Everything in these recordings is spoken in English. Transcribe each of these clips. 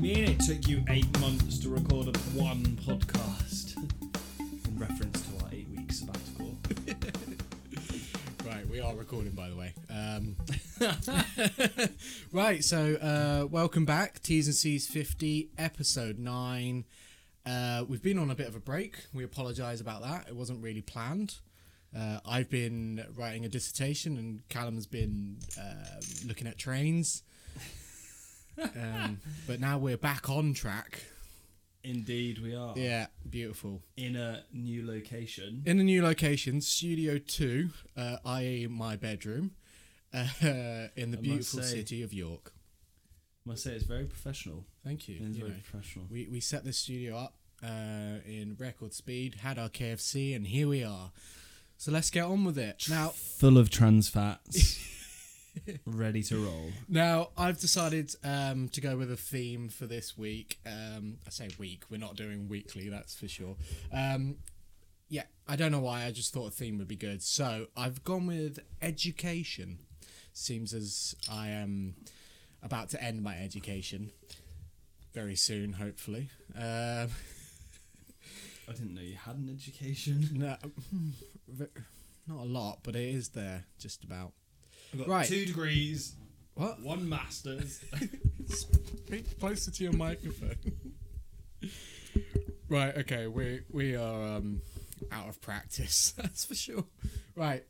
mean it took you eight months to record a one podcast? In reference to our eight week sabbatical. Right, we are recording, by the way. Um, right, so uh, welcome back, T's and C's 50, episode 9. Uh, we've been on a bit of a break. We apologise about that. It wasn't really planned. Uh, I've been writing a dissertation, and Callum's been uh, looking at trains. um, but now we're back on track. Indeed, we are. Yeah, beautiful. In a new location. in a new location, Studio Two, uh, i.e., my bedroom, uh, in the must beautiful say- city of York. must say, it's very professional. Thank you. It's you very know. professional. we we set this studio up uh, in record speed, had our KFC, and here we are. So let's get on with it now. Full of trans fats. ready to roll. Now I've decided um, to go with a theme for this week. Um, I say week. We're not doing weekly, that's for sure. Um, yeah, I don't know why. I just thought a theme would be good. So I've gone with education. Seems as I am about to end my education very soon, hopefully. Um, I didn't know you had an education. no, hmm, not a lot, but it is there just about. I've got Right. two degrees, What? one master's. Speak closer to your microphone. right, okay, we we are um, out of practice, that's for sure. Right,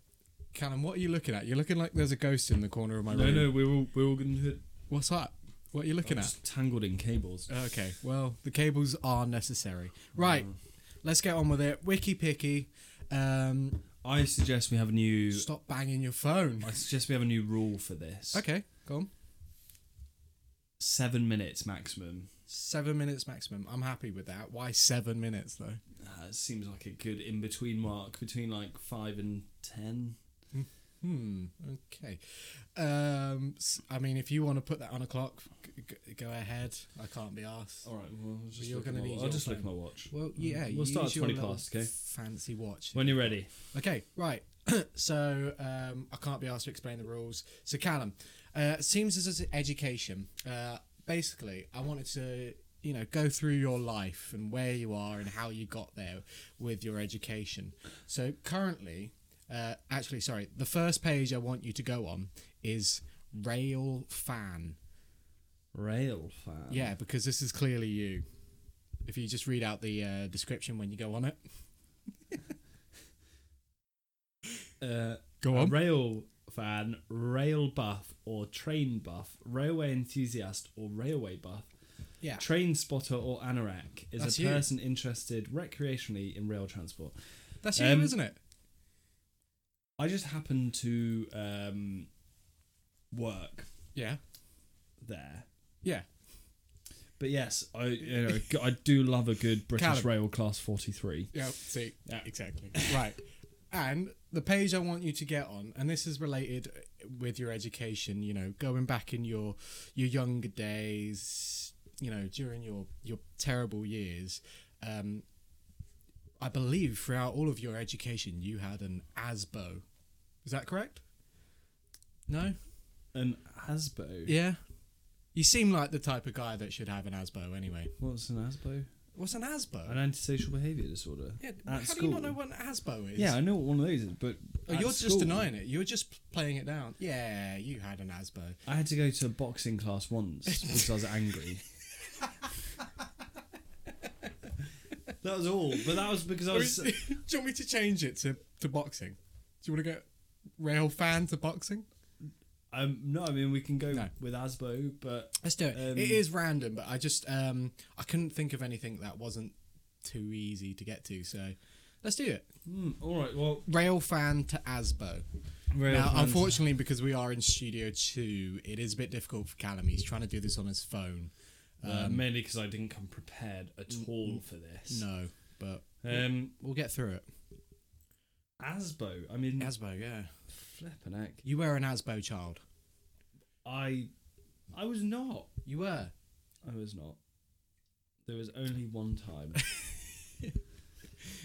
Callum, what are you looking at? You're looking like there's a ghost in the corner of my room. we're all, we're all going to. What's up? What are you looking at? Just tangled in cables. Okay, well, the cables are necessary. Right, let's get on with it. Wiki picky. Um, I suggest we have a new. stop banging your phone. I suggest we have a new rule for this. Okay, go on. Seven minutes maximum. Seven minutes maximum. I'm happy with that. Why seven minutes though? Uh, it seems like a good in between mark between like five and ten. Hmm. Okay. Um. s- I mean, if you want to put that on a clock, g- g- go ahead. I can't be asked. All right. Well, I'll just you're look at gonna my need wa- I'll your just look at phone. my watch. Well, yeah. We'll start use at 20 your little past, okay? Fancy watch. When you're ready. Okay. Right. so um, I can't be asked to explain the rules. So Callum, uh, seems as is education. Uh, basically, I wanted to you know go through your life and where you are and how you got there with your education. So currently, uh, actually, sorry, the first page I want you to go on is rail fan. Rail fan. Yeah, because this is clearly you. If you just read out the uh, description when you go on it, Uh, go a rail fan, rail buff, or train buff, railway enthusiast, or railway buff. Yeah. Train spotter or anorak is That's a you. person interested recreationally in rail transport. That's you, Um, isn't it? I just happen to um, work Yeah. there. Yeah. But yes, I you know g- I do love a good British Callum. Rail Class 43. Yeah, see, Yeah. exactly. Right. And the page I want you to get on, and this is related with your education, you know, going back in your your younger days, you know, during your your terrible years. Um, I believe throughout all of your education, you had an ASBO. Is that correct? No. An ASBO. Yeah. You seem like the type of guy that should have an ASBO anyway. What's an ASBO? What's an ASBO? An antisocial behaviour disorder. yeah, At how do school. you not know what an ASBO is? Yeah, I know what one of those is, but Oh, at you're school, just denying it. You're just p- playing it down. Yeah, you had an ASBO. I had to go to a boxing class once because I was angry. that was all, but that was because I Or was. Oh, is- Do you want me to change it to, to boxing? Do you want to go rail fan to boxing? Um, no, I mean we can go No. with ASBO, but Let's do it. Um, it is random, but I just um I couldn't think of anything that wasn't too easy to get to. So let's do it. hmm, all right. Well, Rail fan to ASBO. rail now, fans- unfortunately, because we are in Studio Two, it is a bit difficult for Callum. He's trying to do this on his phone. uh, mainly because I didn't come prepared at all for this. No, but Um, we'll get through it. ASBO. I mean, ASBO, yeah. flipping heck. You were an ASBO child. I, I was not. You were. I was not. There was only one time.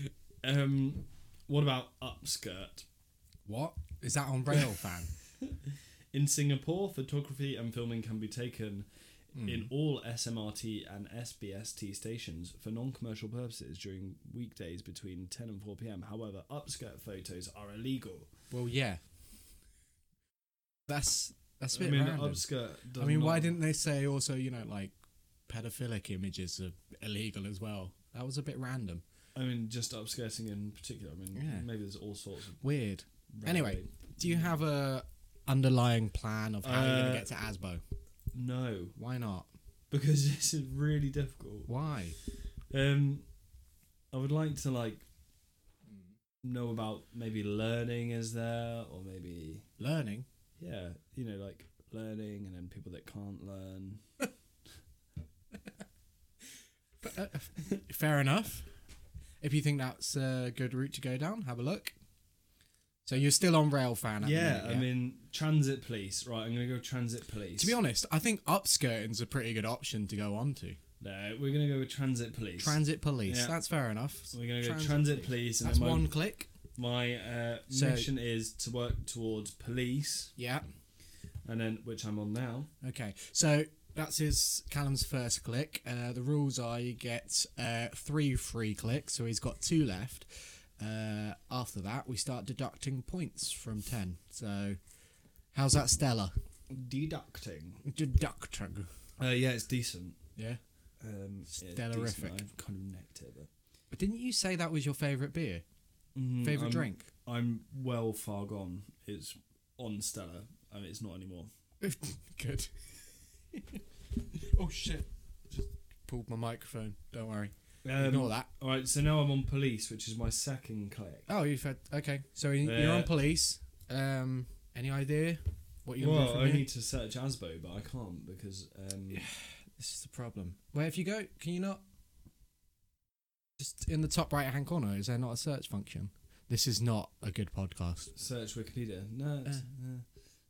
um, what about upskirt? What is that on rail fan? In Singapore, photography and filming can be taken Hmm. in all SMRT and SBST stations for non commercial purposes during weekdays between 10 and 4 pm. However, upskirt photos are illegal. Well, yeah. That's that's a I bit mean, random. upskirt. does I mean, why not- didn't they say also, you know, like pedophilic images are illegal as well? That was a bit random. I mean, just upskirting in particular. I mean, Yeah. maybe there's all sorts of. Weird. random- Anyway, do you have a underlying plan of how you're Uh, gonna get to Asbo? No, Why not? because this is really difficult. Why? Um, I would like to like Mm. know about maybe learning is there, or maybe Learning. yeah, you know, like learning, and then people that can't learn. Fair enough. If you think that's a good route to go down, have a look. So you're still on rail fan. At the yeah, minute, I mean, transit police. Right, I'm gonna go transit police. To be honest, I think upskirting's a pretty good option to go on to. no, we're gonna go with transit police. Transit police. Yeah. That's fair enough. we're gonna go transit police, and That's then my, one click. my uh, So- mission is to work towards police, Yeah. and then which I'm on now. Okay. So that's his Callum's first click. Uh, the rules are you get uh, three free clicks, so he's got two left. Uh, after that, we start deducting points from ten. So, how's that, Stella? Deducting. Deducting. Uh, yeah, it's decent. Yeah. Um, it's decent. Stellarific. I've kind of necked it, but But didn't you say that was your favourite beer? Mm, Favourite I'm- Mm-hmm. drink? I'm well far gone. It's on Stella. I mean, it's not anymore. Good. oh shit. Just pulled my microphone. Don't worry. Um, Ignore that. Um, All right, so now I'm on police, which is my second click. Oh, you've had okay. So you- you're Yeah. on police. Um, any idea what you're Well, going I to do? need to search Asbo, but I can't because um, This is the problem. Where if you go, can you not? Just in the top right hand corner, is there not a search function? This is not a good podcast. search Wikipedia. No, it's, uh,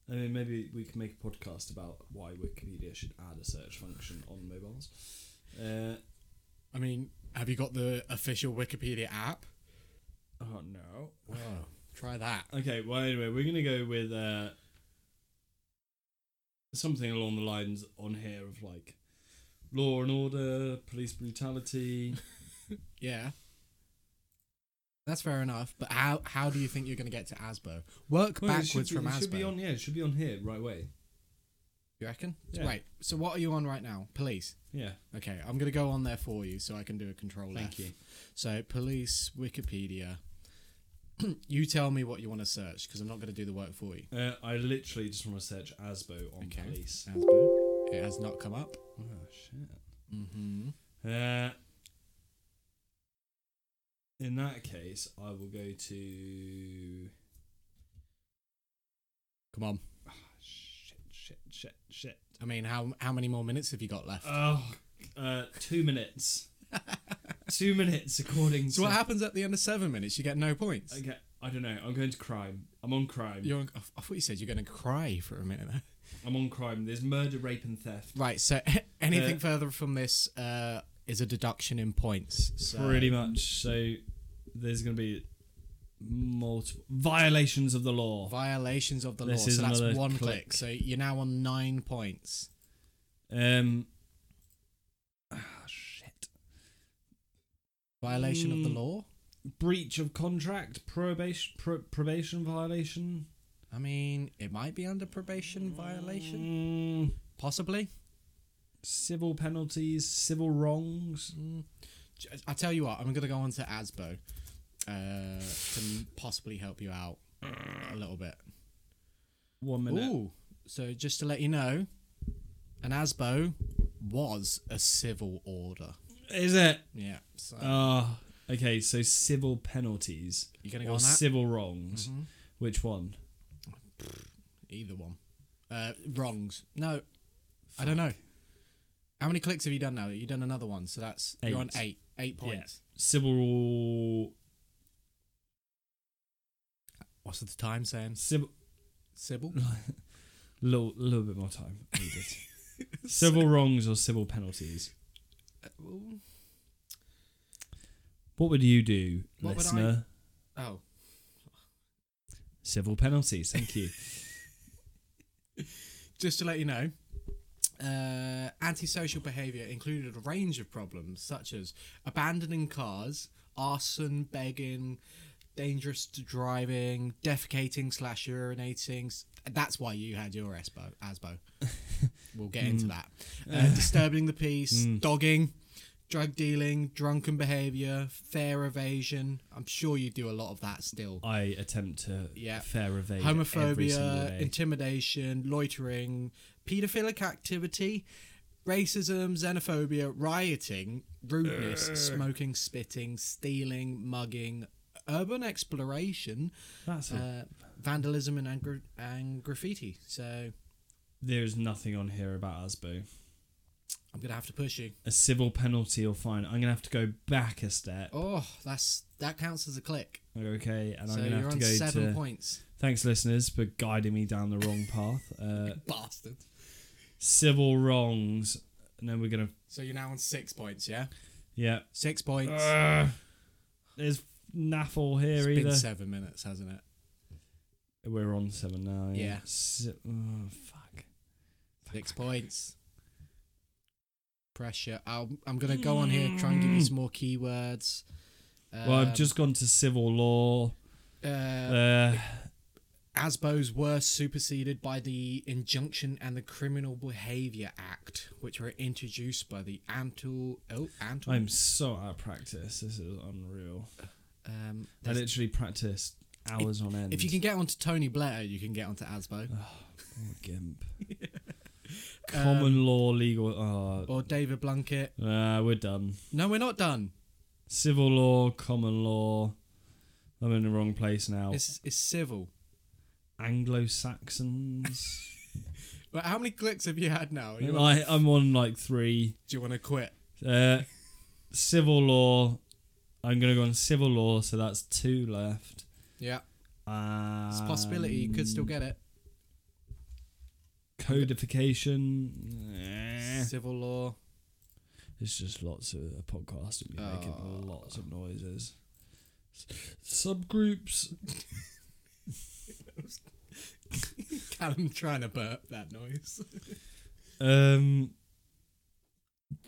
I mean maybe we can make a podcast about why Wikipedia should add a search function on mobiles. Uh, I mean, have you got the official Wikipedia app? oh no. Oh, try that. Okay, well, anyway, we're going to go with uh, something along the lines on here of like law and order, police brutality. Yeah. That's fair enough, but how how do you think you're going to get to Asbo? Work Well, it should backwards be- from it should be Asbo. on, yeah, it should be on here right away. you reckon? Yeah. Right. So what are you on right now? Police. Yeah, Okay, I'm going to go on there for you so I can do a control thank F. you. So police Wikipedia. you tell me what you want to search because I'm not going to do the work for you. Uh, I literally just want to search ASBO on Okay. police. Asbo. It has not come up. Oh, shit. Mm-hmm. Uh, in that case, I will go to. Come on. Shit, shit, shit, shit. I mean, how how many more minutes have you got left? Oh, uh, two minutes. two minutes, according so to. what happens at the end of seven minutes? You get no points. Okay, I don't know. I'm going to crime. I'm on crime. You're, I I thought you said you're going to cry for a minute. There. I'm on crime. There's murder, rape, and theft. Right. So anything Uh, further from this uh, is a deduction in points. So Pretty much. So there's going to be multiple violations of the law. violations of the This law. is So that's another one click. click. So you're now on nine points. Um. ah, shit. Violation of Mm. the law. Breach of contract, probation, pro- probation violation. I mean, it might be under probation violation, Mm, possibly. civil penalties, civil wrongs. Mm. J- I tell you what, I'm gonna go on to Asbo uh, to possibly help you out a little bit. One minute. Ooh, so just to let you know, an Asbo was a civil order. Is it? Yeah, so Ah. okay. So civil penalties you're gonna go or on that. civil wrongs. Mhm. Which one? Either one. Uh, wrongs. No, I don't know. How many clicks have you done now? You've done another one, so that's you're on Eight. eight, eight Yeah. points. Civil. What's the time saying? Civil. Sybil. Little, little bit more time needed. civil wrongs or civil penalties? Uh, What would you do, What would I- listener? Oh, Civil penalties. Thank you. just to let you know, uh, antisocial behaviour included a range of problems such as abandoning cars, arson, begging, dangerous driving, defecating slash urinating. S- That's why you had your Esbo, Asbo. we'll get into that. Uh, disturbing the peace, dogging, drug dealing, drunken behaviour, fair evasion. I'm sure you do a lot of that still. I attempt to Yeah. fair evade every single homophobia, day. intimidation, loitering, pedophilic activity, racism, xenophobia, rioting, rudeness, smoking, spitting, stealing, mugging, urban exploration, That's a, uh, vandalism, and, gra- and graffiti. So there's nothing on here about Asbo. I'm gonna have to push you. A civil penalty or fine. I'm gonna have to go back a step. Oh, that's that counts as a click. Okay, and so I'm gonna have you're to on go seven to. points, Thanks, listeners, for guiding me down the wrong path. Uh, bastard. civil wrongs, and then we're gonna. So you're now on six points, yeah? Yeah. Six points. Ugh. there's naffle here it's Uh, either. been seven minutes, hasn't it? We're on seven now. Yeah. Yeah. Si- oh, fuck. Six points. Pressure. I'll, I'm going to go on here, try and give you some more keywords. Um, well, I've just gone to civil law. Uh, Uh, ASBOs were superseded by the Injunction and the Criminal Behaviour Act, which were introduced by the Antel. Oh, Antel. I'm so out of practice. This is unreal. um, I there's- literally practiced hours on end. if you can get onto Tony Blair, you can get onto ASBO. Oh, gimp. Common Um, law, legal. Or David Blunkett. Oh, uh, we're done. No, we're not done. Civil law, common law. I'm in the wrong place now. It's, it's civil. Anglo Saxons. Well, how many clicks have you had now? You wanna- I, I'm on like three. do you want to quit? Uh, civil law. I'm gonna go on civil law, so that's two left. Yeah. Um, It's a possibility. You could still get it. codification. Eh, Civil law. It's just lots of a podcast and me Ah. making lots of noises. S- Subgroups. Callum trying to burp that noise. Um,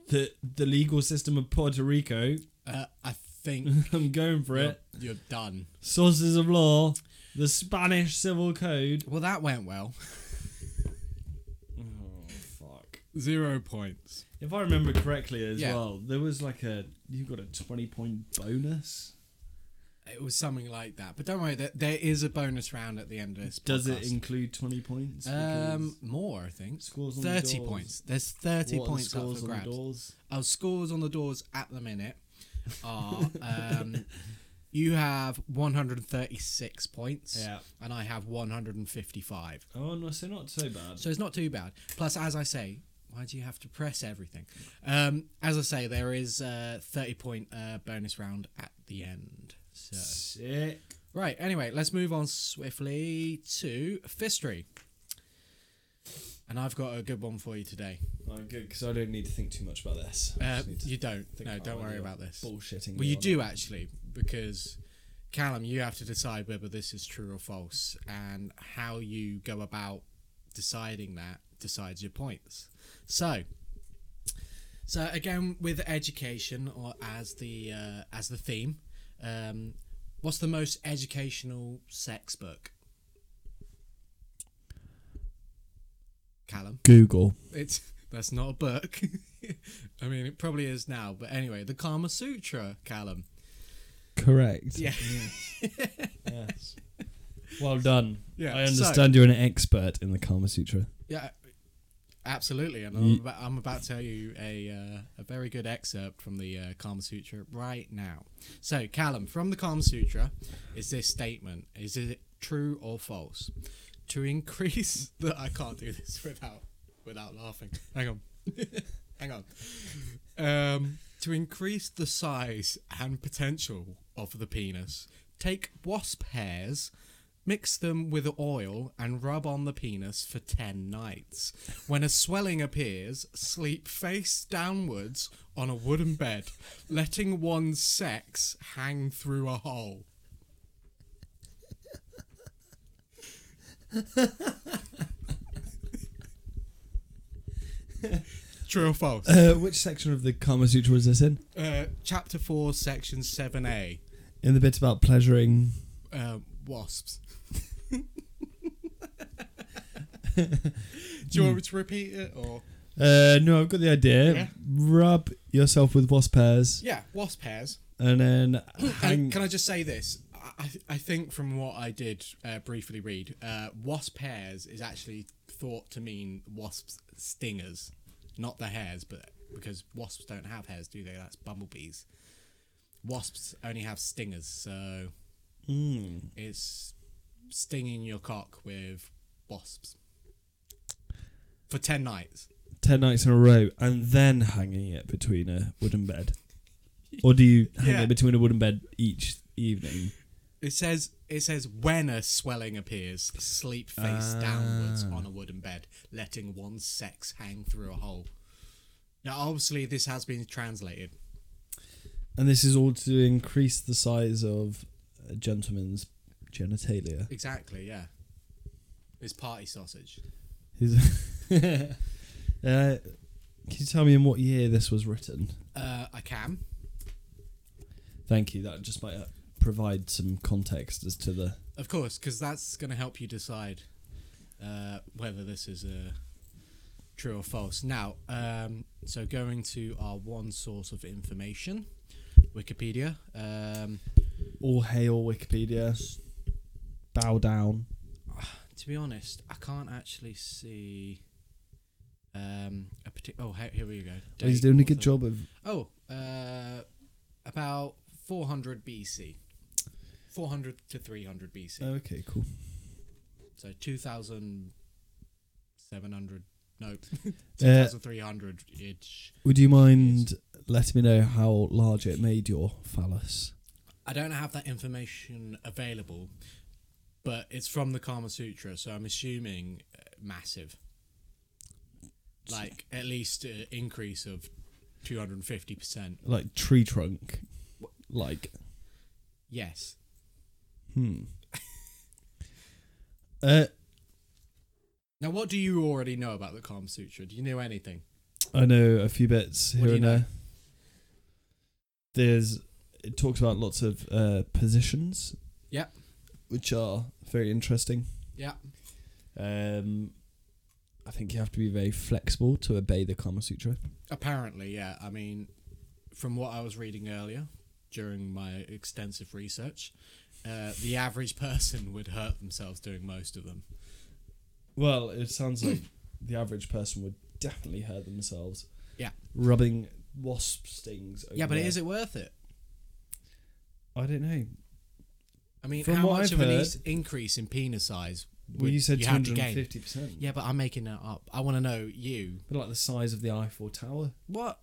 the the legal system of Puerto Rico. Uh, I think I'm going for you're, it. you're done. Sources of law. The Spanish Civil Code. Well, that went well. Oh fuck. Zero points. If I remember correctly as Yeah. well, there was like a you got a twenty point bonus. It was something like that. But don't worry, there, there is a bonus round at the end of this. Does it podcast. include twenty points? um, more, I think. Scores on the 30 doors. points. There's 30 What are the points up scores for on the grabs. doors? Our scores on the doors at the minute are um, you have 136 points, Yeah. and I have 155. Oh no, so not so bad. So it's not too bad. Plus, as I say, why do you have to press everything? Um, as I say, there is a 30 point uh, bonus round at the end. So Sick. Right, anyway, let's move on swiftly to Fistery. And I've got a good one for you today. Oh, good because I don't need to think too much about this. I Uh, just need to you don't. think No, don't whether worry you're about this. Bullshitting. Well, me you or do actually, because Callum, you have to decide whether this is true or false, and how you go about deciding that decides your points. So, so again with education, or as the uh, as the theme, um, what's the most educational sex book? Callum. not. Google. It's that's not a book. I mean, it probably is now, but anyway, the Kama Sutra, Callum. Correct. Yeah. yes. Well done. Yeah, I so- understand you're an expert in the Kama Sutra. Yeah, absolutely. And I'm, about, I'm about to tell you a uh, a very good excerpt from the uh, Kama Sutra right now. So, Callum, from the Kama Sutra, is this statement: is it true or false? To increase the, I can't do this without without laughing. Hang on, hang on. Um, to increase the size and potential of the penis, take wasp hairs, mix them with oil, and rub on the penis for 10 nights. When a swelling appears, sleep face downwards on a wooden bed, letting one's sex hang through a hole. True or false? Uh, which section of the Kama Sutra was this in? Uh, chapter 4, section 7a. In the bit about pleasuring. Um, wasps. Do you want me to repeat it? or Uh, no, I've got the idea. Yeah. Rub yourself with wasp hairs Yeah, wasp hairs. and then Can, hang. can I just say this? I- I, I think from what I did uh, briefly read, uh, wasp hairs is actually thought to mean wasps' stingers, not the hairs, but because wasps don't have hairs, do they? That's bumblebees. Wasps only have stingers, so Mm. it's stinging your cock with wasps for ten nights. Ten nights in a row and then hanging it between a wooden bed. Or do you hang Yeah. it between a wooden bed each evening? It says it says when a swelling appears, sleep face downwards on a wooden bed, letting one's sex hang through a hole. Now, obviously, this has been translated. And this is all to increase the size of a gentleman's genitalia. Exactly, yeah. It's party sausage. His uh, can you tell me in what year this was written? Uh, I can. Thank you. That just might uh, provide some context as to the. Of course, because that's going to help you decide uh, whether this is uh, true or false. Now, um, so going to our one source of information, Wikipedia. Um, All hail Wikipedia. Bow down. to be honest, I can't actually see um, a particular. Oh, he- here we go. He's Date, doing a good author. job of. Oh, uh, about 400 BC. 400 to 300 BC. oh, Okay, cool. So 2,700. No, Uh, 2,300 ish. would you mind letting me know how large it made your phallus? I don't have that information available, but it's from the Kama Sutra, so I'm assuming uh, massive. Like at least an increase of 250%. Like tree trunk. Like. Yes. Hmm. Uh, Now, what do you already know about the Kama Sutra? Do you know anything? I know a few bits here What do and you know? there. There's it talks about lots of uh, positions. Yep. Which are very interesting. Yeah. Um, I think you have to be very flexible to obey the Kama Sutra. Apparently, yeah. I mean, from what I was reading earlier during my extensive research, uh, the average person would hurt themselves doing most of them. Well, it sounds like the average person would definitely hurt themselves. Yeah. Rubbing wasp stings. Over Yeah, but their- is it worth it? I don't know. I mean, From how what I've much of an heard- eas- increase in penis size would Well, you said you two have to hundred and gain? fifty percent. Yeah, but I'm making that up. I want to know you. But like the size of the Eiffel Tower. What?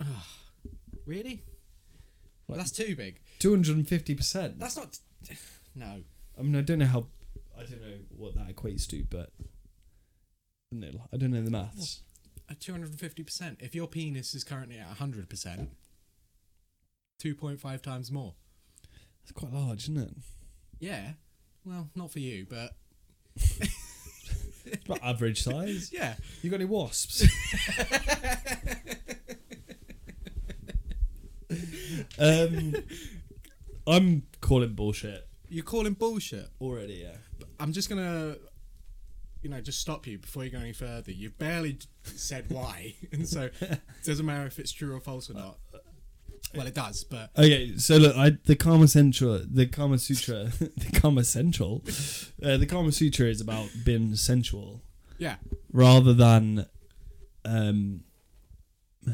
Ugh, really? What? That's too big. Two hundred and fifty percent. That's not. No. I mean, I don't know how. I don't know what that equates to, but I don't know, I don't know the maths. At 250%. If your penis is currently at 100%, 2.5 times more. It's quite large, isn't it? Yeah. Well, not for you, but It's about average size. yeah. You got any wasps? um, I'm calling bullshit You're calling bullshit. already. Yeah. I'm just gonna, you know, just stop you before you go any further. You barely said why, and so it doesn't matter if it's true or false or not. Well, it does, but Okay, so look, I, the Kama Sutra, the Kama Sutra, the Kama Central, uh, the Kama Sutra is about being sensual. yeah, rather than um,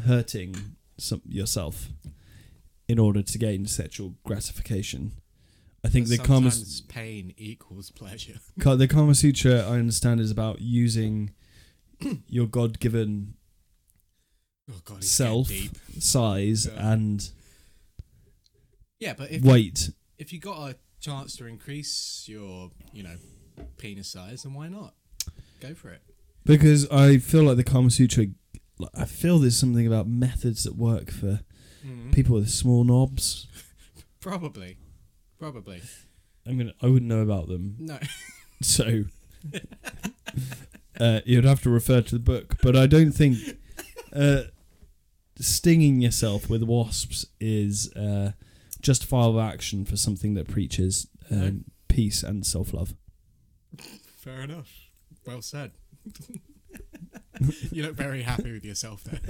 hurting some, yourself in order to gain sexual gratification. I think the Kama, sometimes pain equals pleasure. Ka- the Kama Sutra, I understand, is about using your God given Oh god, he's getting self deep. size Yeah. and Yeah, but if weight. if you got a chance to increase your, you know, penis size, then why not? Go for it. Because I feel like the Kama Sutra, like, I feel there's something about methods that work for people with small knobs. Probably, probably I mean, I wouldn't know about them, no. So uh, you'd have to refer to the book, but I don't think uh, stinging yourself with wasps is uh, justifiable action for something that preaches um, No. peace and self love. Fair enough. Well said. you look very happy with yourself there.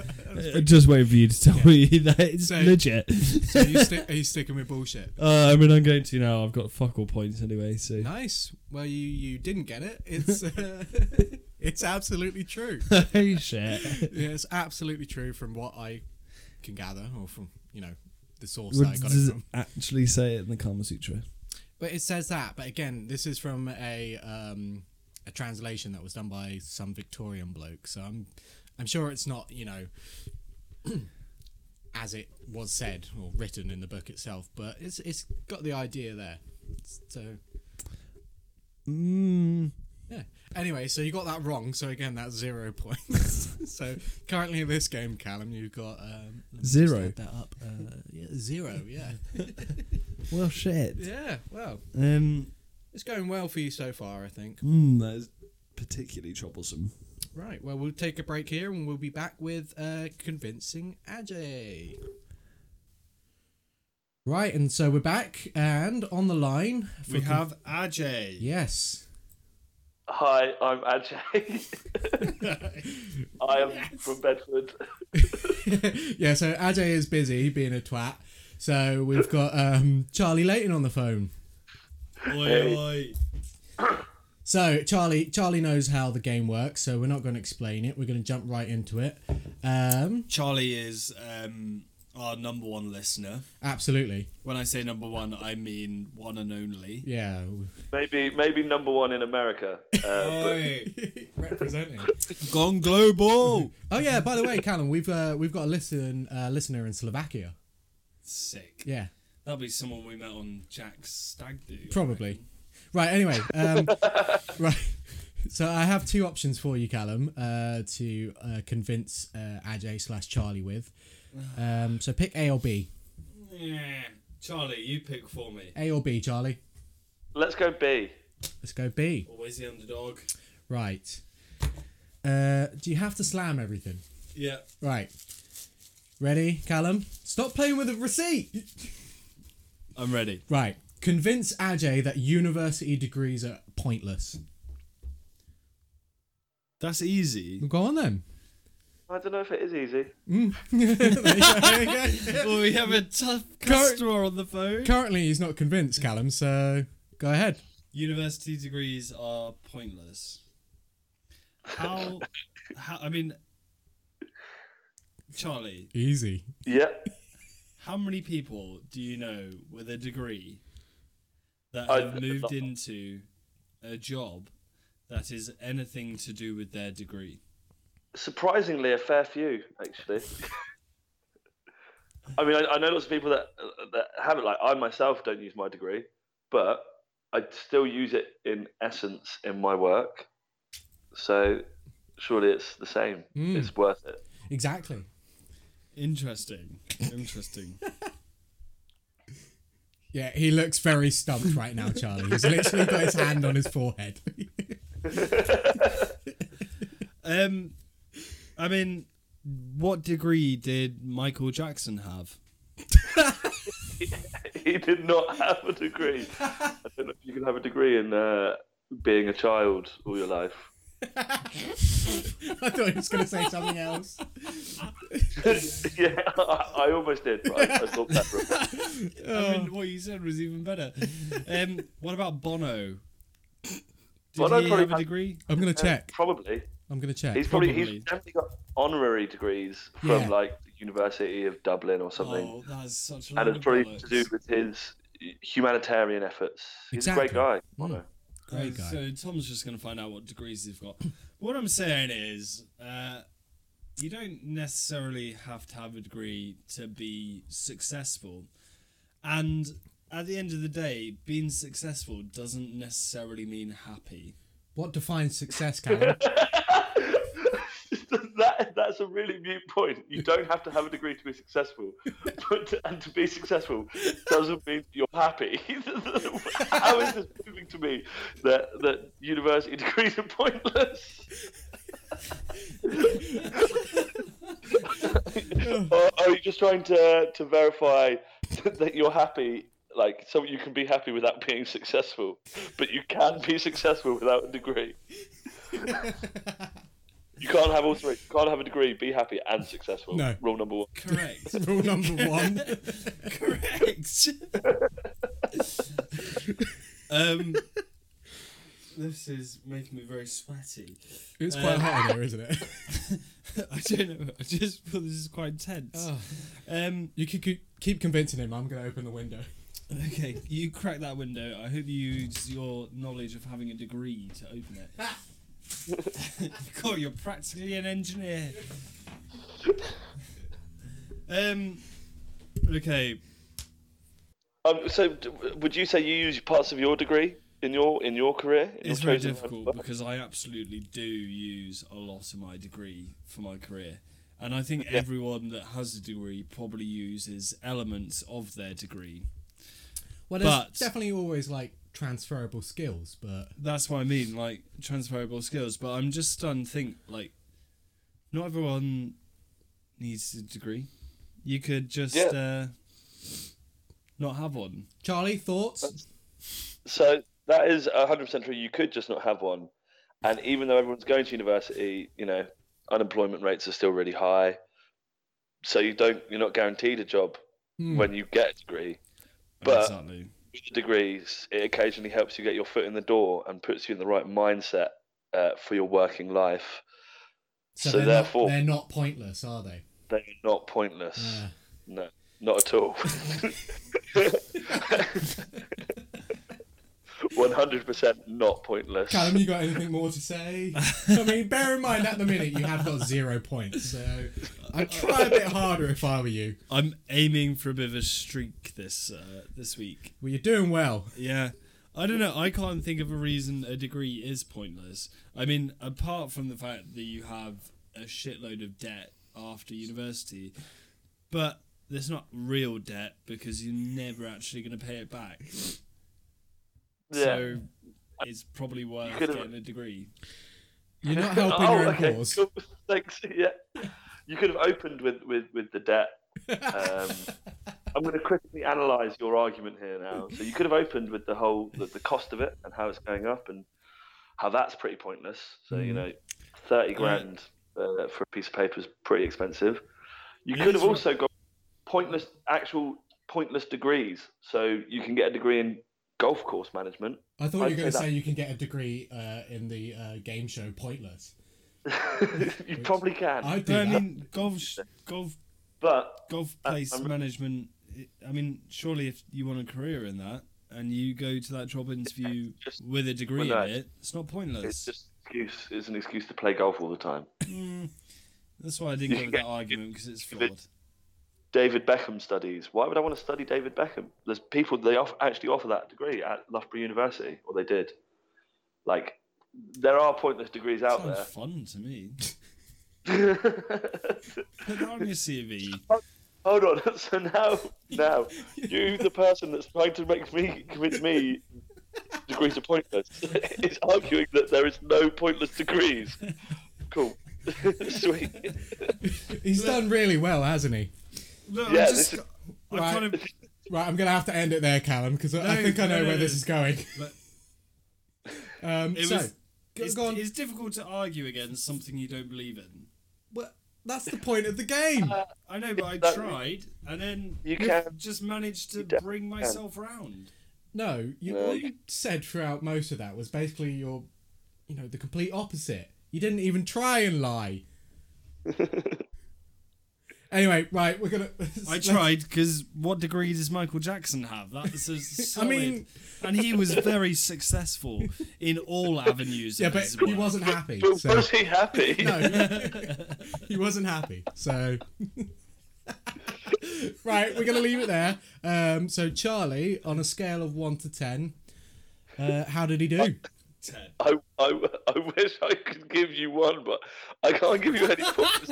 Uh, Just wait for you to tell Yeah. me that it's So- legit. So are you, sti- are you sticking with bullshit? Uh, I mean, I'm going to now. I've got fuck all points anyway, so. Nice. Well, you you didn't get it. It's uh, it's absolutely true. Hey, shit. Yeah, it's absolutely true from what I can gather, or from you know the source that I got Does it it from. actually say it in the Kama Sutra? But it says that. But again, this is from a um, a translation that was done by some Victorian bloke. So I'm I'm sure it's not you know as it was said or written in the book itself. But it's it's got the idea there. So Mm, yeah. Anyway, so you got that wrong. So again, that's zero points. so currently in this game, Callum, you've got um, let me just Zero. add That up. Uh, yeah, zero. Yeah. well, shit. yeah. Well, Um, it's going well for you so far, I think. mm, that is particularly troublesome. Right. Well, we'll take a break here, and we'll be back with uh, convincing Ajay. Right, and so we're back, and on the line for We con- have Ajay. yes. Hi, I'm Ajay. I am from Bedford. yeah, so Ajay is busy being a twat. So we've got um, Charlie Layton on the phone. Oi, oi. So Charlie, Charlie knows how the game works. So we're not going to explain it. We're going to jump right into it. Um, Charlie is um, our number one listener. absolutely. When I say number one, I mean one and only. Yeah. Maybe, maybe number one in America. Uh, but Representing. Gone global. Oh yeah. By the way, Callum, we've uh, we've got a listen uh, listener in Slovakia. Sick. Yeah, That'll be someone we met on Jack's stag do. I probably. reckon. Right. Anyway. Um, right. So I have two options for you, Callum, uh, to uh, convince uh, Ajay slash Charlie with. Um, so pick A or B. Yeah. Charlie, you pick for me. A or B, Charlie. let's go B. Let's go B. Always Oh, the underdog. Right. Uh, do you have to slam everything? Yeah. Right. Ready, Callum? Stop playing with the receipt. I'm ready. Right. Convince Ajay that university degrees are pointless. That's easy. Go on then. I don't know if it is easy. well, Oh, we have a tough customer on the phone. Currently, he's not convinced, Callum. So go ahead. University degrees are pointless. How, how? I mean, Charlie, Easy. Yeah, How many people do you know with a degree that I- have moved into a job that is anything to do with their degree? surprisingly, a fair few actually. I mean, I, I know lots of people that that haven't. Like I myself don't use my degree, but I still use it in essence in my work. So surely it's the same. Mm. It's worth it. Exactly. Interesting. Interesting. Yeah, he looks very stumped right now, Charlie. He's literally got his hand on his forehead. um, I mean, what degree did Michael Jackson have? He did not have a degree. I don't know if you can have a degree in uh, being a child all your life. I thought he was going to say something else. yeah, I, I almost did, but I, I thought that. for a while. I Oh. mean, what you said was even better. um, what about Bono? Did Bono he probably have a had- degree? I'm going to check. Probably. I'm going to check. He's probably, Probably. he's definitely got honorary degrees from Yeah. like the University of Dublin or something, Oh, that's such a lot and it's of probably bollocks. to do with his humanitarian efforts. He's a great Exactly. guy. Mm. Great Uh, guy. So Tom's just going to find out what degrees they've got. what I'm saying is, uh, you don't necessarily have to have a degree to be successful, and at the end of the day, being successful doesn't necessarily mean happy. What defines success, Callum? that that's a really mute point. You don't have to have a degree to be successful, but to, and to be successful doesn't mean you're happy. How is this proving to me that that university degrees are pointless? or are you just trying to to verify that you're happy? Like, so you can be happy without being successful, but you can be successful without a degree. you can't have all three. You can't have a degree, be happy, and successful. No. Rule number one. Correct. Rule number one. Correct. um, this is making me very sweaty. It's quite hot in here, isn't it? I don't know. I just feel this is quite tense. Um, You could keep- keep convincing him. I'm going to open the window. okay, you crack that window. I hope you use your knowledge of having a degree to open it. God, you're practically an engineer. um, okay. Um, so, d- would you say you use parts of your degree in your in your career? in your It's very chosen line of difficult work? because I absolutely do use a lot of my degree for my career. And I think everyone that has a degree probably uses elements of their degree. Well, there's But- definitely always like transferable skills, but That's what I mean, like transferable skills. But I'm just stunned to think, like, not everyone needs a degree. You could just uh, not have one. Charlie, thoughts? So that is 100% true. You could just not have one. And even though everyone's going to university, you know, unemployment rates are still really high. So you don't, you're not guaranteed a job when you get a degree. But exactly. with the degrees, it occasionally helps you get your foot in the door and puts you in the right mindset uh, for your working life. So, they're therefore, not, they're not pointless, are they? Uh, they're not pointless. Yeah. No, not at all. One hundred percent not pointless. Callum, you got anything more to say? I mean, bear in mind at the minute you have got zero points, so I'd try a bit harder if I were you. I'm aiming for a bit of a streak this uh, this week. Well, you're doing well. Yeah. I don't know. I can't think of a reason a degree is pointless. I mean, apart from the fact that you have a shitload of debt after university, but there's not real debt because you're never actually going to pay it back. Yeah. So it's probably worth could've- getting a degree. You're not helping Oh, your own cause. Oh, cool. Thanks. Yeah, you could have opened with with with the debt. Um, I'm going to critically analyse your argument here now. So you could have opened with the whole the, the cost of it and how it's going up and how that's pretty pointless. So Mm-hmm. you know, thirty grand uh, for a piece of paper is pretty expensive. You could have also got pointless actual pointless degrees. So you can get a degree in golf course management. I thought you I'd were going to say that- say you can get a degree uh, in the uh, game show Pointless. you probably can, I do. But I that. mean, golf, golf, but golf Uh, place I'm- management. I mean, surely if you want a career in that and you go to that job interview just- with a degree well, in no. it, it's not pointless. It's just an excuse. It's an excuse to play golf all the time. That's why I didn't go with that Yeah. argument because it's it- flawed. David Beckham studies. Why would I want to study David Beckham? There's people they off, actually offer that degree at Loughborough University, or they did. Like, there are pointless degrees out Sounds fun to me. there. Put that on your CV. Hold on. So now, now you, the person that's trying to make me convince me degrees are pointless, is arguing that there is no pointless degrees. Cool. Sweet. He's done really well, hasn't he? Look, Yeah, I'm this just, is- I Right. kind of, Right, I'm going to have to end it there, Callum, because I No, think I no, know no, where no. this is going. But- Um, it so, was, go, it's, go on. it's difficult to argue against something you don't believe in. Well, that's the point of the game. I know, but I That- tried, and then You can. just managed to definitely bring myself round. No, you, No, all you- you said throughout most of that was basically your, you know, the complete opposite. You didn't even try and lie. anyway, right, we're gonna. I tried because what degree does Michael Jackson have? That's a solid. mean- and he was very successful in all avenues. Yeah, of but his he work. wasn't happy. But So, was he happy? no, he wasn't happy. So. right, we're gonna leave it there. Um, so Charlie, on a scale of one to ten, uh, how did he do? I, I, I wish I could give you one, but I can't give you any points.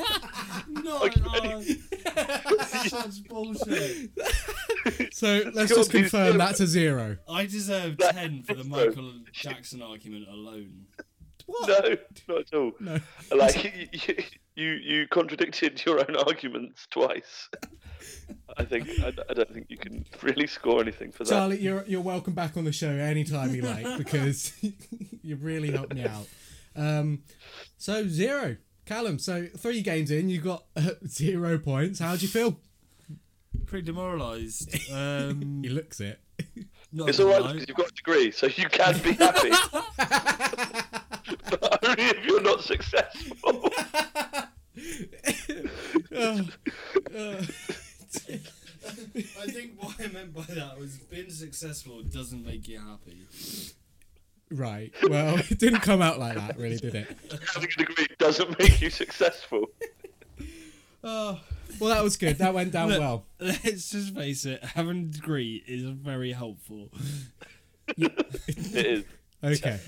No, Like, no, that's bullshit. So let's gotta just be confirm zero. that's a zero. I deserve That- ten for the so- Michael Jackson argument alone. What? No, not at all. Like you, you- you, you contradicted your own arguments twice. I think I, I don't think you can really score anything for that. Charlie, you're you're welcome back on the show anytime you like because you really helped me out. Um, so zero, Callum. So three games in, you got uh, zero points. How do you feel? Pretty demoralised. Um, He looks it. not It's all right gonna because lie. you've got a degree, so you can be happy. but only if you're not successful. I think what I meant by that was being successful doesn't make you happy. Right. Well, it didn't come out like that, really, did it? Having a degree doesn't make you successful. Oh, well, that was good. That went down Look, well. Let's just face it, having a degree is very helpful. It is. Okay.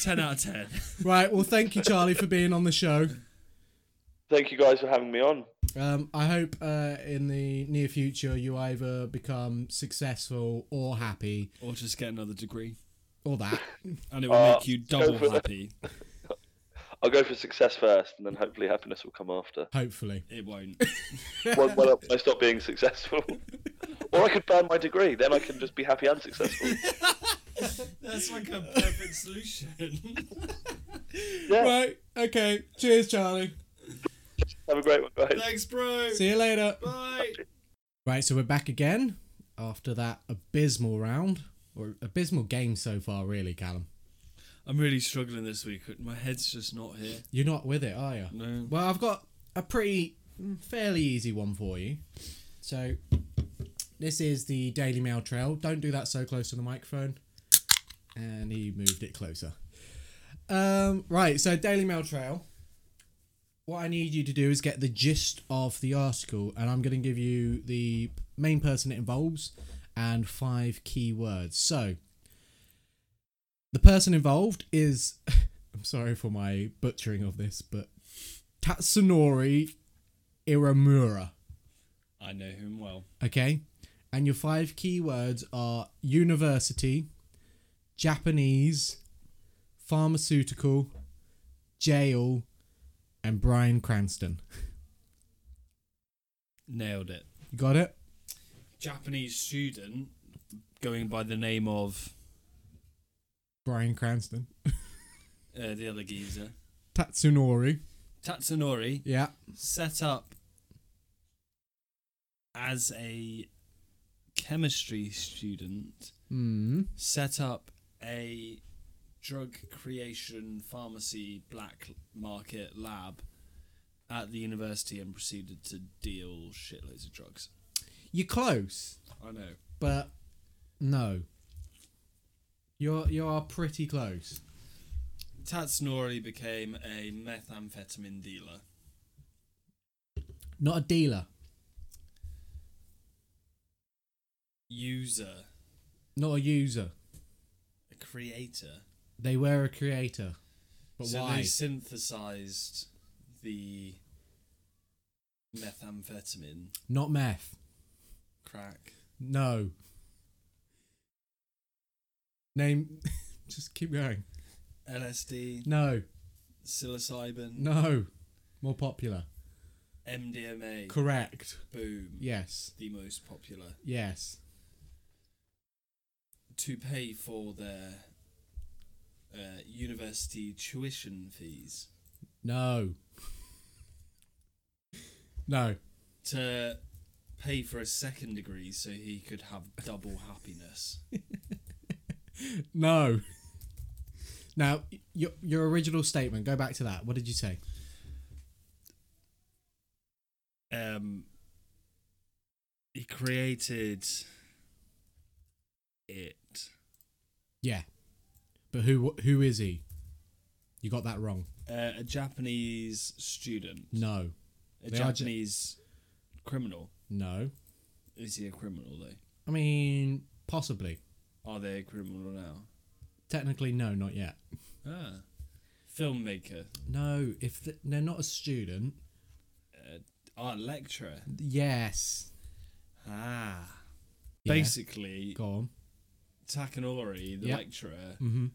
10 out of 10. Right. Well, thank you, Charlie, for being on the show. Thank you guys for having me on. Um, I hope uh, in the near future you either become successful or happy Or just get another degree. or that. And it will Uh, make you double for that. happy. I'll go for success first, and then hopefully happiness will come after. Hopefully. It won't. When, when I uh, stop being successful, or I could burn my degree, then I can just be happy and successful. That's like a perfect solution. Yeah. Right. Okay. Cheers, Charlie. Have a great one, guys. Thanks, bro. See you later. Bye. Right, so we're back again after that abysmal round or abysmal game so far, really, Callum. I'm really struggling this week. My head's just not here. You're not with it, are you? No. Well, I've got a pretty mm, fairly easy one for you. So this is the Daily Mail trail. Don't do that so close to the microphone. And he moved it closer. Um, right, so Daily Mail trail. What I need you to do is get the gist of the article, and I'm going to give you the main person it involves and five key words. So the person involved is. I'm sorry for my butchering of this, but Tatsunori Iramura. I know him well. Okay? And your five keywords are university, Japanese, pharmaceutical, jail, and Brian Cranston. Nailed it. You got it? Japanese student going by the name of Brian Cranston. uh, the other geezer. Tatsunori. Tatsunori Yeah. set up as a chemistry student, Mm. set up a drug creation pharmacy black market lab at the university and proceeded to deal shitloads of drugs. You're close, I know. but no. You're you are pretty close. Tatsunori became a methamphetamine dealer. Not a dealer. user, Not a user. a creator. They were a creator. But so why? they synthesized the methamphetamine Not meth. crack. No. Name. Just keep going. LSD, No. psilocybin, No. More popular. MDMA, Correct. boom. Yes. The most popular. Yes. To pay for their uh, university tuition fees. No. No. To pay for a second degree so he could have double happiness. No. Now, y- your, your original statement, go back to that. What did you say? um he created it Yeah. But who who is he? You got that wrong. uh, a japanese student No. a They are Ja- japanese criminal No. is he a criminal though I mean, possibly. are they a criminal now Technically, no, not yet. ah filmmaker No, if th- they're not a student. Uh, art lecturer Yes. ah Yeah. basically Go on. takanori the Yeah. lecturer Mm-hmm.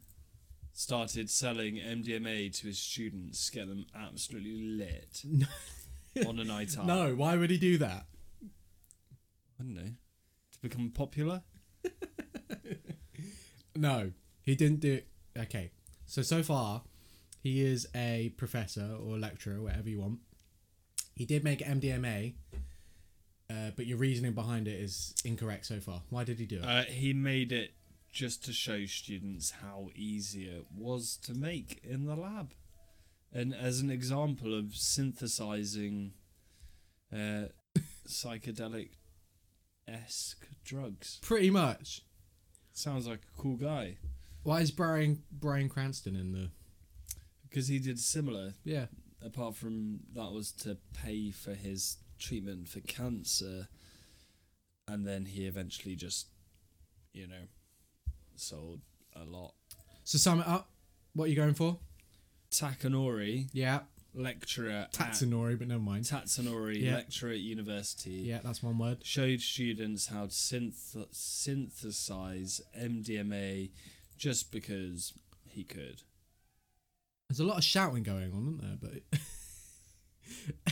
started selling MDMA to his students, get them absolutely lit on a night Ah. out. No, why would he do that? I don't know. To become popular? No, he didn't do it. Okay, so so far, he is a professor or lecturer, whatever you want. He did make MDMA, uh, but your reasoning behind it is incorrect so far. Why did he do it? Uh, he made it just to show students how easy it was to make in the lab. And as an example of synthesizing uh, psychedelic esque drugs. Pretty much. Sounds like a cool guy. Why is Brian Brian Cranston in the? Because he did similar, Yeah, apart from that was to pay for his treatment for cancer. And then he eventually just, you know, sold a lot. So sum it up. What are you going for? Takanori, Yeah, lecturer at Tatsunori, but never mind. Tatsunori, Yeah. lecturer at university, Yeah, that's one word. showed students how to synth- synthesize MDMA just because he could. There's a lot of shouting going on, isn't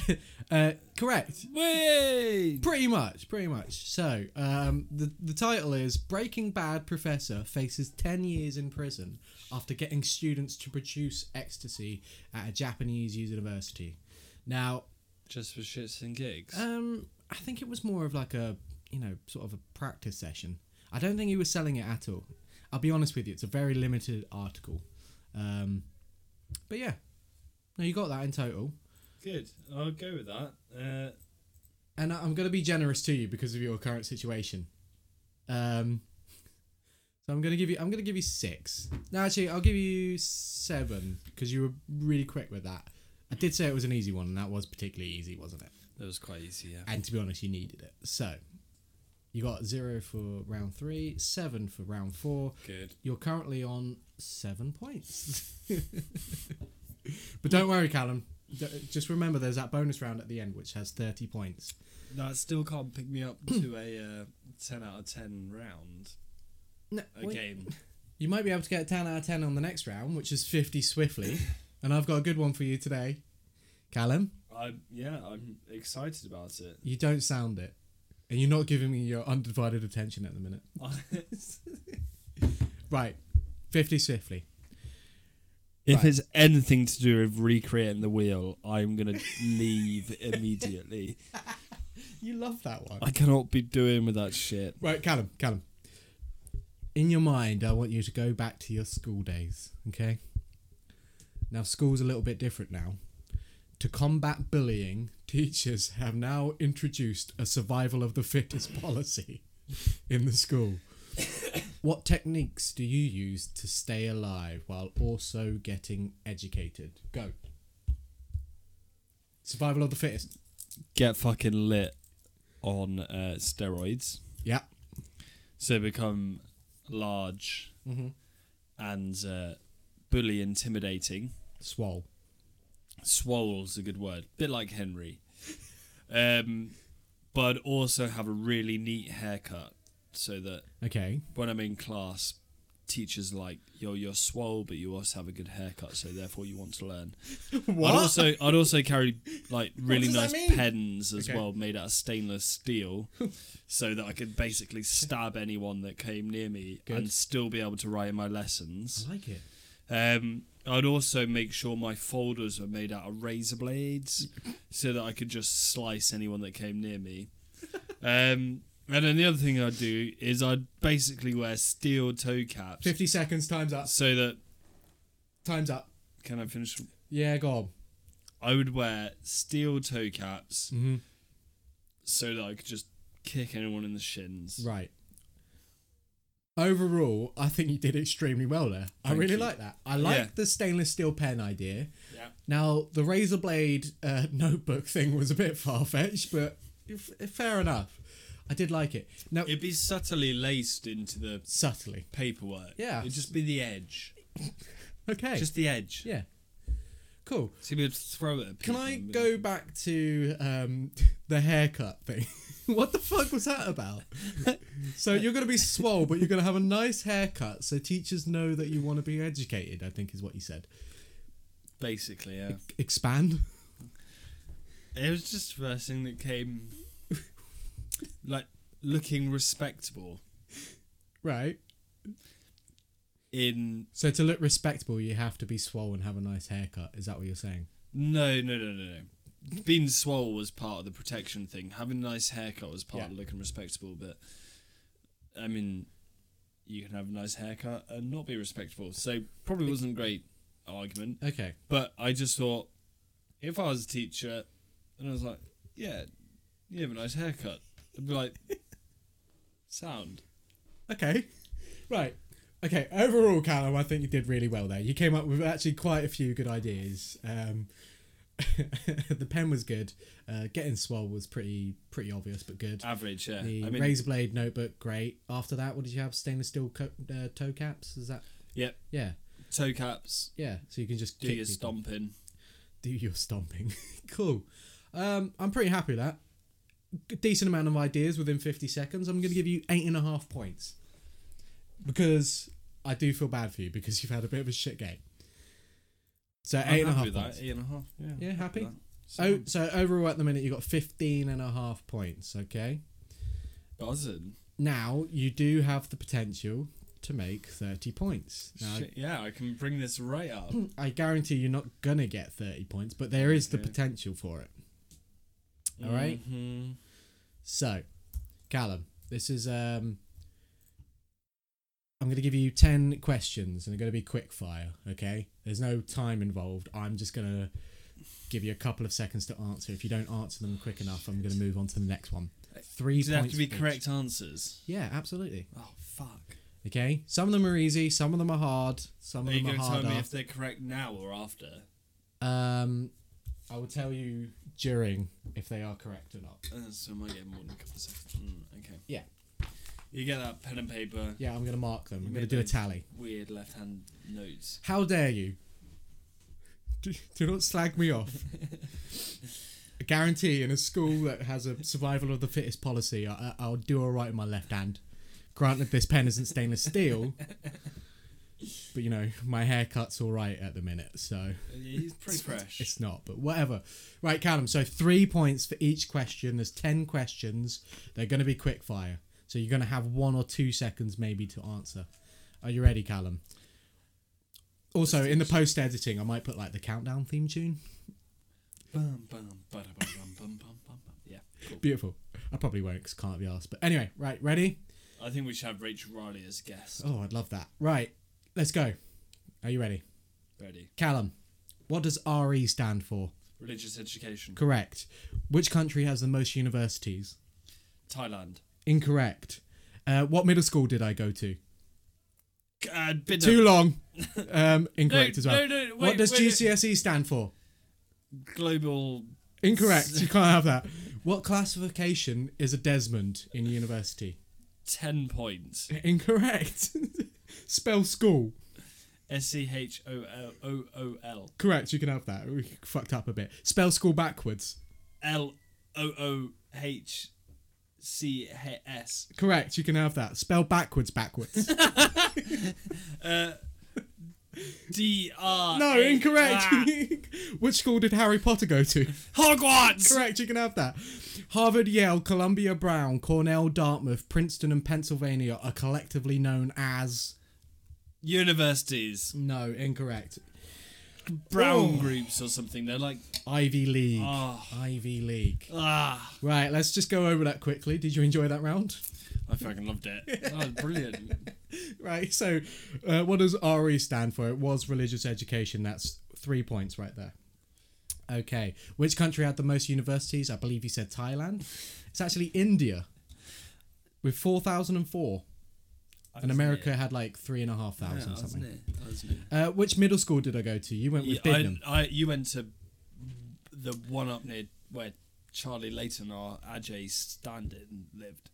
there? But uh, correct. Way! Pretty much, pretty much. So, um, the the title is Breaking Bad Professor faces ten years in prison after getting students to produce ecstasy at a Japanese university. Now, Just for shits and gigs. um, I think it was more of like a you know sort of a practice session. I don't think he was selling it at all. I'll be honest with you, it's a very limited article. Um, but yeah, no, you got that in total. Good. I'll go with that. Uh, and I- I'm going to be generous to you because of your current situation. Um, so I'm going to give you. I'm going to give you six. No, actually, I'll give you seven because you were really quick with that. I did say it was an easy one, and that was particularly easy, wasn't it? that was quite easy, yeah. And to be honest, you needed it. So you got zero for round three, seven for round four. Good. You're currently on seven points. but don't worry, Callum. D- Just remember, there's that bonus round at the end, which has thirty points. That still can't pick me up to a uh, 10 out of 10 round. No, A wait. game. You might be able to get 10 out of 10 on the next round, which is 50 swiftly. and I've got a good one for you today. Callum, I Yeah, I'm excited about it. you don't sound it. And you're not giving me your undivided attention at the minute. Right, 50 swiftly. If Right. it's anything to do with recreating the wheel, I'm gonna leave immediately. You love that one. I cannot be doing with that shit. Right, Callum, Callum. In your mind, I want you to go back to your school days, okay? Now, school's a little bit different now. To combat bullying, teachers have now introduced a survival of the fittest policy in the school. what techniques do you use to stay alive while also getting educated? Go. Survival of the fittest. Get fucking lit on uh, steroids, Yeah. so become large Mm-hmm. and uh, bully intimidating. Swole. Swole's a good word, bit like Henry, um, but also have a really neat haircut so that Okay. when I'm in class, teachers like, "Yo, you're swole, but you also have a good haircut, so therefore you want to learn." I'd also I'd also carry like really does that nice mean? pens as Okay. well, made out of stainless steel, so that I could basically stab anyone that came near me Good. and still be able to write my lessons. I like it. Um, I'd also make sure my folders were made out of razor blades so that I could just slice anyone that came near me. Um, and then the other thing I'd do is I'd basically wear steel toe caps 50 seconds, time's up. so that. Time's up. Can I finish? Yeah, go on. I would wear steel toe caps Mm-hmm. so that I could just kick anyone in the shins. Right. Overall, I think you did extremely well there. I Thank really you. like that. I like Yeah. the stainless steel pen idea. Yeah. Now, the razor blade uh, notebook thing was a bit far fetched, but f- fair enough. I did like it. Now, It'd be subtly laced into the subtly. paperwork. Yeah. It'd just be the edge. Okay. Just the edge. yeah. Cool. So you'd be able to throw it. At Can people I and be go back to um, the haircut thing? what the fuck was that about? so you're going to be swole, but you're going to have a nice haircut, so teachers know that you want to be educated. I think is what you said. like- Basically, yeah. Expand. It was just the first thing that came, like looking respectable Right. in. So to look respectable, you have to be swole and have a nice haircut. Is that what you're saying? No, no, no, no, no. Being swole was part of the protection thing. Having a nice haircut was part of Yeah. looking respectable. But I mean, you can have a nice haircut and not be respectable. So probably wasn't a great argument. Okay. But I just thought, if I was a teacher, and I was like, yeah, you have a nice haircut, I'd be like, sound. Okay. Right. Okay. Overall, Callum, I think you did really well there. You came up with actually quite a few good ideas. Um, the pen was good. Uh, getting swole was pretty pretty obvious, but good. Average, Uh, yeah. The I mean, razor blade notebook, great. After that, what did you have? Stainless steel co- uh, toe caps. Is that? Yep. Yeah. toe caps, Yeah. So you can just do kick your people. stomping. Do your stomping. cool. Um, I'm pretty happy with that. G- Decent amount of ideas within 50 seconds. I'm going to give you eight and a half points because I do feel bad for you because you've had a bit of a shit game. So I'm eight and a happy half with points. That. um, Eight and a half. Yeah. Yeah, happy. with that. Oh, so overall at the minute you got 15 and a half points. Okay. buzzing. Now you do have the potential to make 30 points. Now, Shit, yeah, I can bring this right up. I guarantee you're not gonna get 30 points, but there is the potential for it. All right. Mhm. So, Callum, this is um I'm going to give you 10 questions and they're going to be quick fire, okay? There's no time involved. I'm just going to give you a couple of seconds to answer. If you don't answer them quick enough, I'm going to move on to the next one. 3 Does it have points to be for each. correct answers? Yeah, absolutely. Oh fuck! Okay? Some of them are easy, some of them are hard, some Are of you them going are to tell harder. me if they're correct now or after? um I will tell you during if they are correct or not. Uh, so am I getting more than a couple of seconds? Mm, okay. Yeah. You get that pen and paper, Yeah, I'm going to mark them. I'm going to made do a those. tally. weird left-hand notes. How dare you? Do, do not slag me off. I guarantee in a school that has a survival of the fittest policy, I, I'll do all right in my left hand. Granted, this pen isn't stainless steel, but you know, my haircut's all right at the minute, so Uh, yeah, He's pretty fresh. it's not, but whatever. Right, Callum, so three points for each question. There's 10 questions. They're going to be quick fire, so you're going to have one or two seconds maybe to answer. Are you ready, Callum? Also, in the post editing, I might put like the countdown theme tune. Bum, bum, ba-da, bum, bum, bum, bum, bum, bum. Yeah, cool. Beautiful. I probably won't because can't be asked. But anyway, right, ready? I think we should have Rachel Riley as guest. Oh, I'd love that. Right, let's go. Are you ready? Ready? Callum, what does RE stand for? Religious education. Correct. Which country has the most universities? Thailand. Incorrect. Uh, what middle school did I go to? God, bit Too of long. Um, incorrect No, as no, well. no, what wait, does wait, wait. GCSE E stand for? global. Incorrect. you can't have that. What classification is a Desmond in university? 10 points. Incorrect. Spell school. S C H O L O O L. Correct. You can have that. We fucked up a bit. Spell school backwards. L O O H C H S. Correct. You can have that. Spell backwards backwards. D R. no, A- incorrect. Ah, Which school did Harry Potter go to? Hogwarts! Correct, you can have that. Harvard, Yale, Columbia, Brown, Cornell, Dartmouth, Princeton, and Pennsylvania are collectively known as. Universities. No, incorrect. Brown Oh. groups or something. They're like, Ivy League. Oh. Ivy League. ah. Right, let's just go over that quickly. Did you enjoy that round? I fucking loved it. That was brilliant. Right, so uh, what does RE stand for? It was religious education. That's three points right there. Okay, which country had the most universities? I believe you said Thailand. It's actually India with 4,004. And America had like three and a half Yeah, thousand wasn't something. it? Wasn't it? Uh, which middle school did I go to? You went with Yeah, Bidnam. I, I, you went to the one up near where Charlie Layton or Ajay Standing lived.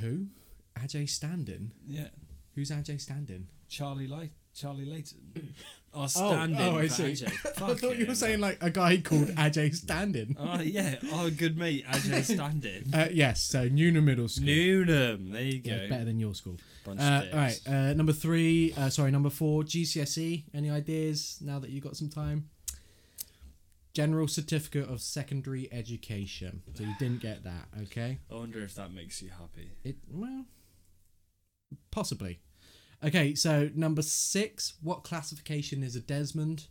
Who? Ajay Standin. Yeah. Who's Ajay Standin? Charlie Light Charlie Layton. our stand-in oh, I for see. Ajay. I Fuck thought you him. were saying like a guy called Ajay Standin. Oh yeah, our good mate Ajay Standin. Uh, yes, so Newnham Middle School. Newnham, there you Yeah, go. better than your school. Bunch of Uh, dicks. all right, uh, number three. Uh, sorry, number four. GCSE. E. Any ideas now that you got some time? General Certificate of Secondary Education. So you didn't get that, okay? I wonder if that makes you happy. It well, possibly. Okay, so number six. What classification is a Desmond?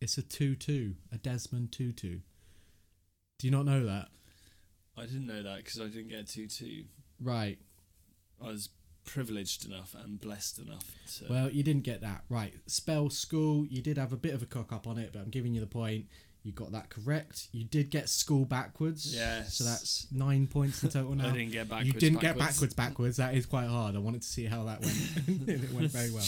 It's a two-two. A Desmond two-two. Do you not know that? I didn't know that because I didn't get two two. Right. I was privileged enough and blessed enough to. Well, you didn't get that right. Spell school, you did have a bit of a cock up on it, but I'm giving you the point. You got that correct. You did get school backwards. Yes. So that's nine points in total now. I didn't get backwards. you didn't get backwards. backwards backwards. That is quite hard. I wanted to see how that went. and it went very well.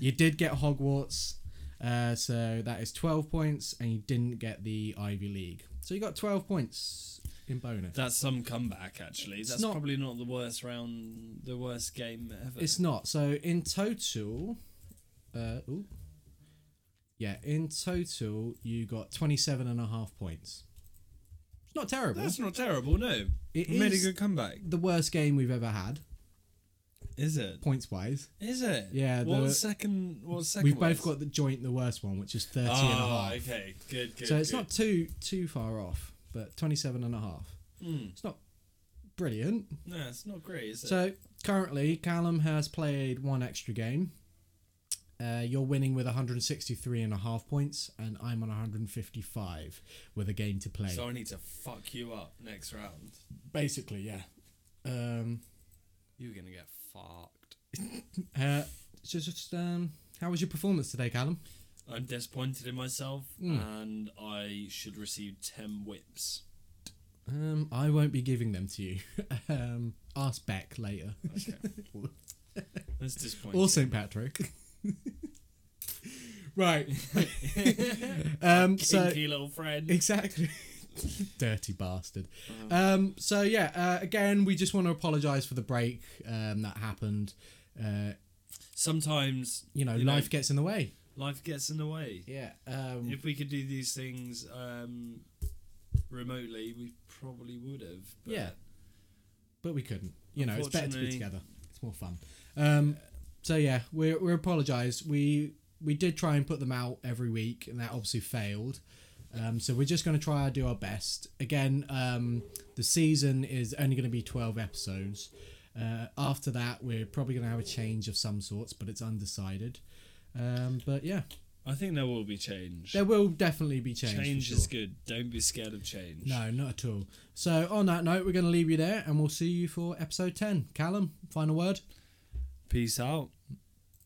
You did get Hogwarts. Uh, so that is 12 points, and you didn't get the Ivy League. So you got 12 points in bonus. That's some comeback, actually. That's not- probably not the worst round, the worst game ever. It's not. So in total, uh, ooh. yeah, in total you got 27 and a half points. It's not terrible. That's not terrible, no. It We made a is- good comeback. the worst game we've ever had, Is it? points wise. Is it? Yeah, What the- was second? What was second? We've both was? got the joint the worst one, which is 30 and a Ah, half. okay. Good, good. so it's good. not too too far off, but 27 and a half. Mm. It's not brilliant. No, it's not great, is it? So currently, Callum has played one extra game. Uh, you're winning with 163 and a half points, and I'm on 155 with a game to play. So I need to fuck you up next round. Basically, yeah. Um, You're gonna get fucked. uh, so just um, how was your performance today, Callum? I'm disappointed in myself, Mm. and I should receive ten whips. Um, I won't be giving them to you. um, ask Beck later, Okay. That's disappointing. or St Patrick. right. um, so Kinky little friend. Exactly. Dirty bastard. Um, so yeah, uh, again, we just want to apologise for the break um, that happened. Uh, Sometimes you know, You know- life gets in the way. life gets in the way. Yeah. Um, If we could do these things um, remotely, we probably would have. But yeah. But we couldn't. You know, it's better to be Unfortunately- together. It's more fun. Um, so yeah, we we apologise. We we did try and put them out every week, and that obviously failed. Um, so we're just going to try and do our best. Again, um, the season is only going to be twelve episodes. Uh, after that, we're probably going to have a change of some sorts, but it's undecided. Um, but yeah, I think there will be change. there will definitely be change. change for is sure. good. Don't be scared of change. No, not at all. So on that note, we're going to leave you there, and we'll see you for episode ten. Callum, final word. Peace out.